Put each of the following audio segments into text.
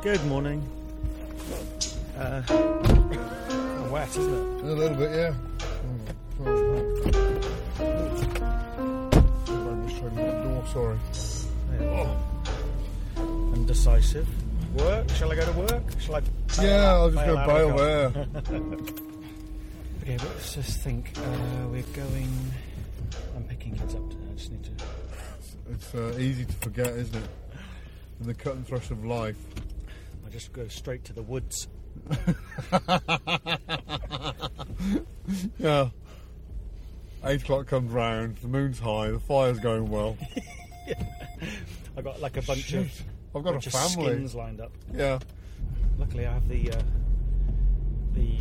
Good morning. Uh, kinda wet, isn't it? A little bit, yeah. Oh, sorry. Everyone was trying to get the door, Oh, sorry. Undecisive. Oh. Work? Shall I go to work? Shall I? bail Yeah, out- I'll just go out bail and there. Okay, but let's just think. Uh, we're going. I'm picking kids up today. I just need to. It's uh, easy to forget, isn't it? In the cut and thrust of life. I just go straight to the woods. Yeah. Eight o'clock comes round, the moon's high, the fire's going well. I got like a bunch Shit. of. I've got bunch a of family. skins lined up. Yeah. Luckily, I have the uh, the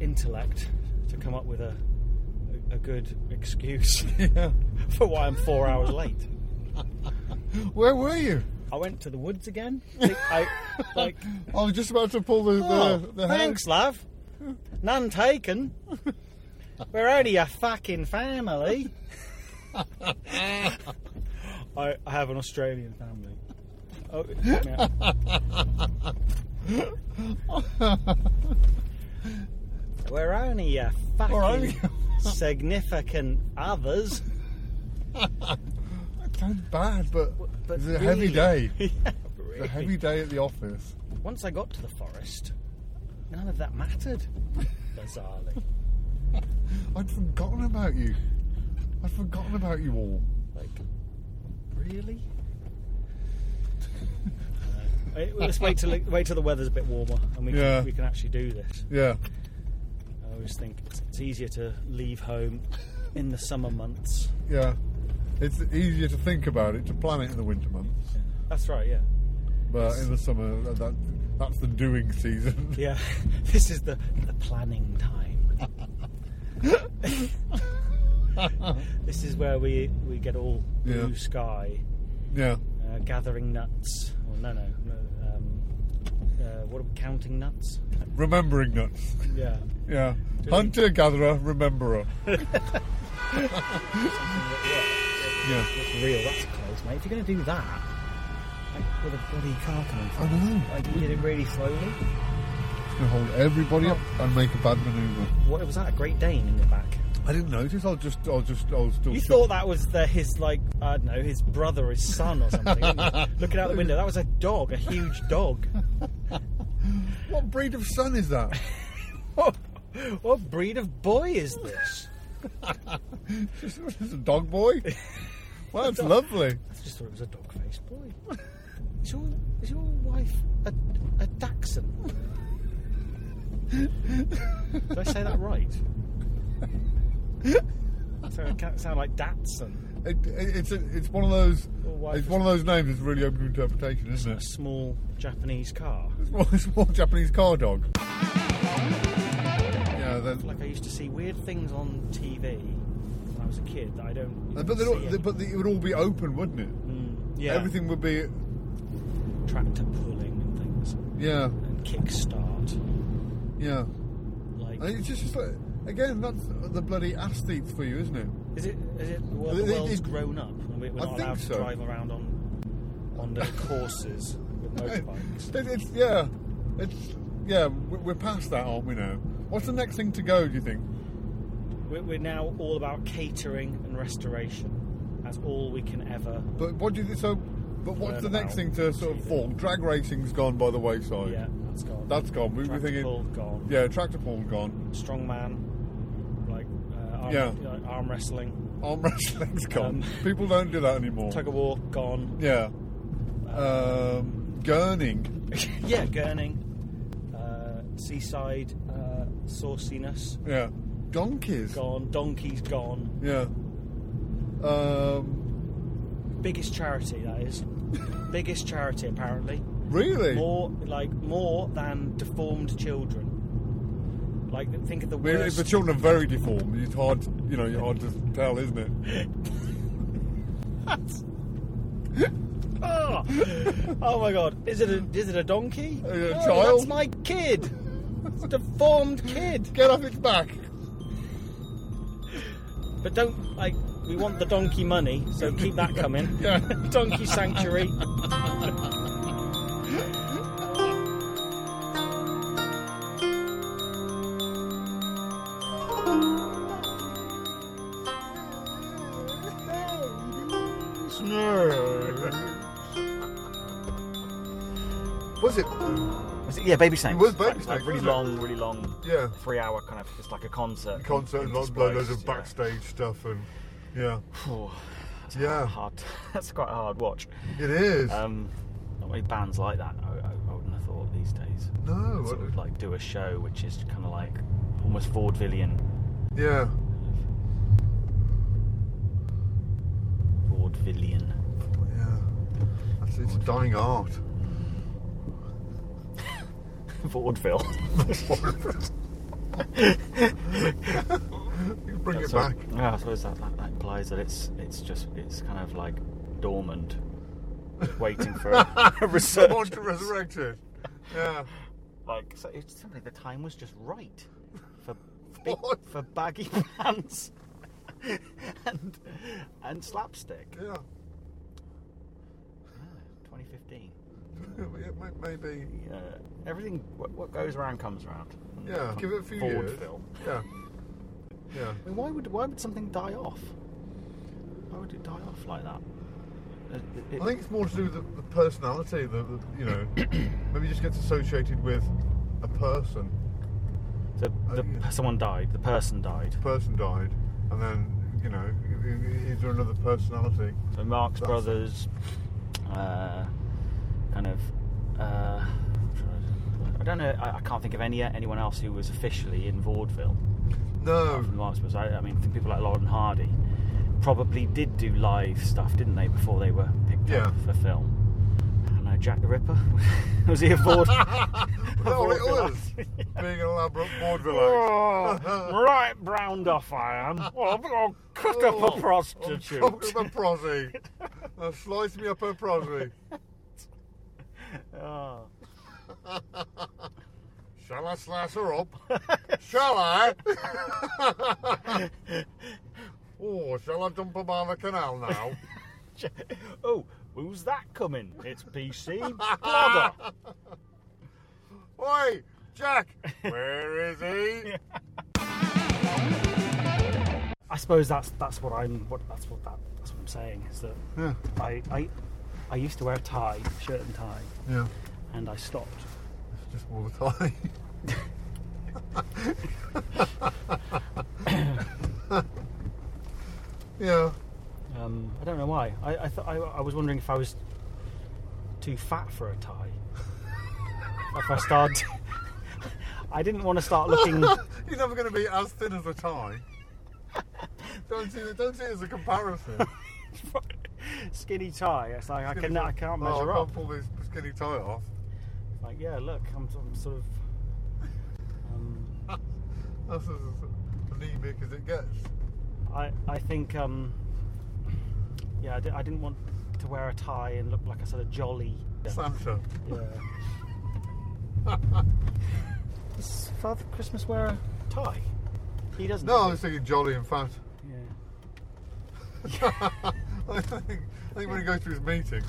intellect to come up with a a, a good excuse Yeah. for why I'm four hours late. Where were you? I went to the woods again. I, like, I was just about to pull the, the, oh, the hair- thanks, love. None taken. We're only a fucking family. I, I have an Australian family. Oh, yeah. We're only a fucking We're only- significant others. It sounds bad, but, but it's a heavy day. really- Yeah, It's a really. heavy day at the office. Once I got to the forest, none of that mattered. Bizarrely. I'd forgotten about you. I'd forgotten about you all. Like, really? Uh, wait, let's wait till wait till the weather's a bit warmer and we can, Yeah. we can actually do this. Yeah. I always think it's, it's easier to leave home in the summer months. Yeah. It's easier to think about it, to plan it in the winter months. That's right, yeah, But in the summer, that- that, that's the doing season. yeah. This is the the planning time. this is where we we get all blue Yeah. sky, Yeah. uh, gathering nuts. Or no, no, no. Um, uh, what are we counting nuts? Remembering nuts. Yeah. Yeah. Hunter, gatherer, rememberer. Yeah. That's real. That's close, mate. If you're going to do that, like, with a bloody car coming I from, know. like you did it really slowly. It's going to hold everybody up and make a bad manoeuvre. What was that? A Great Dane in your back? I didn't notice. I'll just, I'll just, I'll still. You shock- thought that was the, his like I don't know his brother, his son, or something. didn't you? Looking out the window, that was a dog, a huge dog. What breed of sun is that? what breed of boy is this? Is this a dog boy? Well, it's lovely. I just thought it was a dog-faced boy. Is your is your wife a a dachshund? Did I say that right? So it can't sound like Datsun. It, it, it's a, it's one of those Or wife it's is- one of those names that's really open to interpretation, isn't A it? small Japanese car. It's more, it's more Japanese car dog. Yeah, they're, Like I used to see weird things on TV when I was a kid that I don't. Uh, but they'd see all, anymore. but it would all be open, wouldn't it? Mm, yeah. Everything would be tractor pulling and things yeah, and kickstart. yeah. Like And it's just, just like, again, that's the bloody aesthetes for you, isn't it? Is it? Is it? Well, the It- it- world's it- grown up, and we- we're I not think allowed so. to drive around on on the courses with motorbikes. It, it's yeah, it's yeah. we- We're past that, aren't we now? What's the next thing to go? Do you think? We're, we're now all about catering and restoration. That's all we can ever. But what do you so? But what's Learn the next about thing to sort of fall? Drag racing's gone by the wayside. Yeah, that's gone. That's gone. We were Tractor thinking- pull, gone. Yeah, tractor pull gone. Strongman, like uh, arm, Yeah. like, arm wrestling, Arm wrestling's Um, gone. People don't do that anymore. tug of war, gone. yeah. Um, gurning. yeah, gurning, uh, seaside uh, sauciness, Yeah. Donkeys. gone. Donkeys, gone. Yeah. Um, Biggest charity that is. Biggest charity apparently. really? more like more than deformed children. Like think of the We're- worst. the children are very deformed. It's hard, you know, you're hard to tell, isn't it? Ah! oh my god! Is it a is it a donkey? Are you a No, child? That's my kid. It's a deformed kid. Get off its back. But don't like we want the donkey money, so keep that coming. Yeah. donkey sanctuary. Was it- yeah, Baby Snakes. It was Baby Like- like Snakes, really wasn't it? long, really long, Yeah. three hour kind of. It's like a concert. Concert, in- in loads, loads Displaced, of backstage stuff, and yeah, Phew, that's Yeah. yeah. Hard. That's quite a hard watch. it is. Um, not many bands like that. I, I, I wouldn't have thought these days. no, Sort what- of like do a show which is kind of like almost vaudevillian. yeah, Vaudevillian. yeah. That's, it's a dying art. Vaudeville. Bring it So- back. Yeah, I suppose that, that, that implies that it's it's just it's kind of like dormant, waiting for a, a Someone resurgence. to resurrect it. Yeah. Like so it's simply the time was just right for big, What? for baggy pants and and slapstick. Ah, Yeah. Yeah, 2015. It may- Maybe. Yeah, everything what, what goes around comes around. And Yeah. from Give it a few years. vaudeville- Yeah. Yeah. I mean, why would why would something die off? Why would it die off like that? It- it- I think it's more to do with the, the personality. The, the you know, maybe it just gets associated with a person. So I the, think it's- someone died. The person died. Person died, and then you know, i- i- is there another personality? So Marx That's- Brothers, uh, kind of. Uh, I don't know. I, I can't think of any anyone else who was officially in vaudeville. apart No. From Marx Brothers, I, I mean, think people like Lauren Hardy probably did do live stuff, didn't they, before they were picked Yeah. up for film. And uh, Jack the Ripper was he a vaud- Well, it vaudeville was act? being an elaborate vaudeville act. Oh, right browned off I am. Well, I'll cut up Oh, a I'm chopping prostitute. up a prosy. Uh, slice me up a prosy. Oh. Shall I slice her up? Shall I? oh, shall I dump her by the canal now? oh, who's that coming? It's PC Plodder. Oi, Jack, where is he? I suppose that's that's what I'm what that's what that that's what I'm saying is that Yeah, I I, I used to wear a tie, shirt and tie, yeah, and I stopped. it's just all the time. yeah, Um, I don't know why. I I, th- I I was wondering if I was too fat for a tie. if I started, I didn't want to start looking. you're never going to be as thin as a tie. Don't see, it- don't see it as a comparison. Skinny tie. It's like I can I can't Oh, measure I up. can't pull this skinny tie off. Like yeah, look, I'm, I'm sort of. Um, That's as anemic as it gets. I, I think, um, yeah, I, di- I didn't want to wear a tie and look like a sort of jolly. Santa. Yeah. Does Father Christmas wear a tie? He doesn't. No, I was does thinking jolly and fat. he? yeah. I think, I think when he goes to his meeting,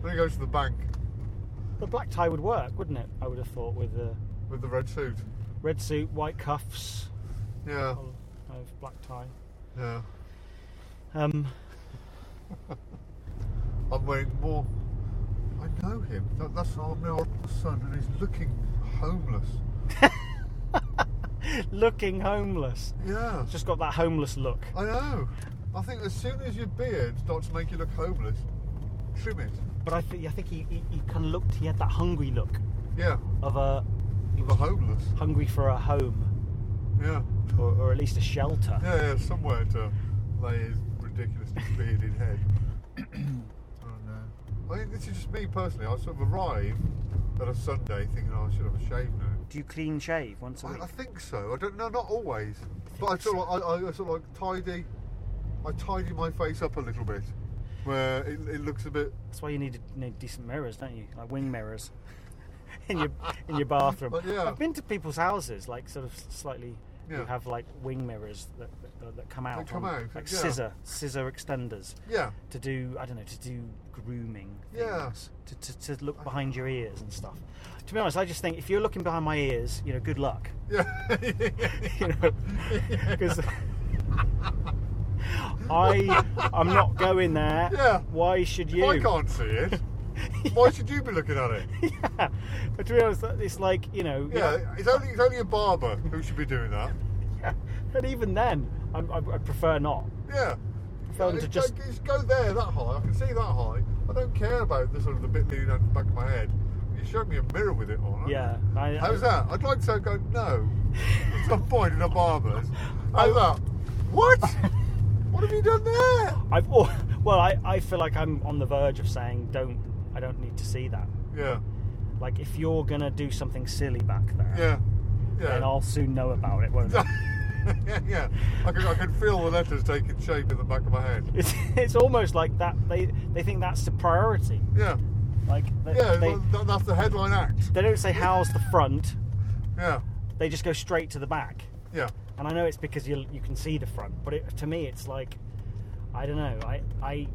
when he goes to the bank The black tie would work, wouldn't it? I would have thought with the with the red suit. red suit, white cuffs, Yeah, kind of black tie. yeah. Um, I'm waiting more. I know him. That, that's our middle son, and he's looking homeless. looking homeless. Yeah, Just got that homeless look. I know. I think as soon as your beard starts to make you look homeless, trim it. But I think I think he, he, he kind of looked. He had that hungry look Yeah, of a of a homeless. hungry for a home. Yeah, or, or at least a shelter. yeah, yeah. Somewhere to lay his ridiculously bearded head. I don't know. I think this is just me personally. I sort of arrive at a Sunday thinking oh, I should have a shave now. Do you clean shave once a week? I, I think so. I don't know, not always, but I sort of, I, I sort of like tidy, I tidy my face up a little bit, where it, it looks a bit That's why you need, need decent mirrors, don't you? Like wing mirrors in your in your bathroom. But yeah. I've been to people's houses, like sort of slightly. Yeah. You have like wing mirrors that that, that come out, come on- out, like yeah. scissor scissor extenders yeah, to do I don't know to do grooming. Yeah. things, To, to, to look behind your ears and stuff. To be honest, I just think if you're looking behind my ears, you know, good luck. yeah, you know, because I I'm not going there. Yeah. Why should you? I can't see it. Why should you be looking at it? yeah. But to be honest, that- it's like, you know. Yeah, it's only it's only a barber who should be doing that. yeah. And even then, I, I, I prefer not. Yeah. Phone to It's just- like, it's go there that high. I can see that high. I don't care about the sort of the bit leaning out the back of my head. You showed me a mirror with it on. Yeah. I, How's that? I'd like to go. No, it's not point in a barber's. How's that? What? what have you done there? I've, al- well, I, I feel like I'm on the verge of saying, don't, I don't need to see that. Yeah, Like, if you're going to do something silly back there, yeah, then yeah. I'll soon know about it, won't I? yeah, yeah. I can, I can feel the letters taking shape in the back of my head. It's, it's almost like that they, they think that's the priority. Yeah, Like they, yeah. they, well, that, that's the headline act. they don't say how's the front, Yeah, they just go straight to the back. yeah. And I know it's because you you can see the front, but it, to me it's like I don't know. I I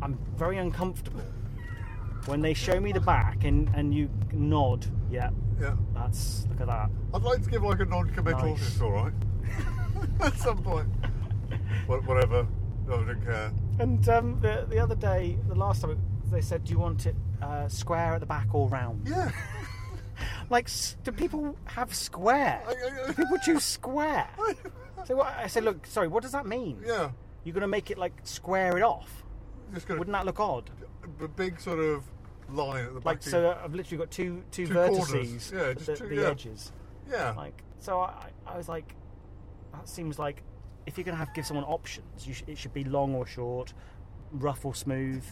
I'm very uncomfortable when they show me the back and and you nod. Yeah, Yeah. that's look at that. I'd like to give like a non-committal. Nice. It's all right. At some point. What, whatever. I don't care. And um, the the other day, the last time they said, do you want it uh, square at the back or round? Yeah. Like, s- do people have square? I- I- I- Do people choose square? so what, I said, look, sorry, what does that mean? Yeah. You're gonna make it like square it off. Just gonna Wouldn't that look odd? a big sort of line at the back. Like, so uh, I've literally got two two Two vertices, corners. Yeah, at just the, two- the yeah. edges. yeah, Like, so I, I was like, that seems like if you're gonna have give someone options, you sh- it should be long or short, rough or smooth,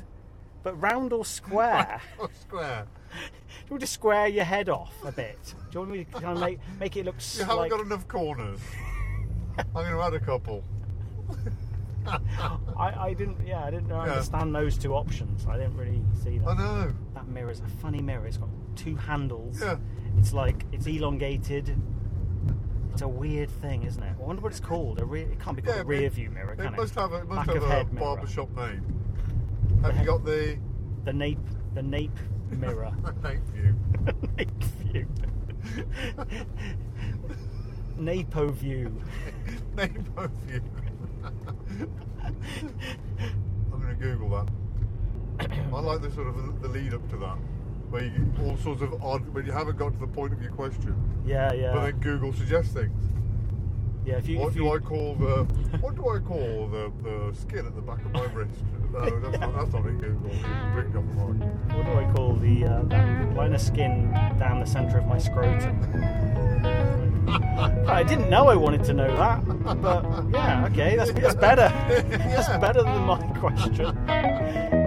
but round or square. Oh, square. Do you want to square your head off a bit? Do you want me to kind of make, make it look s- You haven't like got enough corners. I'm going to add a couple. I, I didn't yeah I didn't Yeah. understand those two options. I didn't really see that. I know. That mirror's a funny mirror. It's got two handles. Yeah. It's like it's elongated. It's a weird thing, isn't it? I wonder what it's called. A rear it can't be called Yeah, a rear it- view mirror, can It it? must have a, it must Back have of a head mirror. barbershop name. Have you got the The nape the nape mirror. thank you? nape view. Napo view. Name of you. I'm going to Google that. I like the sort of the lead up to that, where you get all sorts of odd when you haven't got to the point of your question, Yeah, yeah. but then Google suggests things. yeah, if you, What if do you- I call the what do I call the, the skin at the back of my wrist? No, that's not that's not in Google. It's ring up the mic. What do I call the uh, that line of skin down the centre of my scrotum? I didn't know I wanted to know that, but yeah, okay, that's, that's better. That's Yeah. better than my question.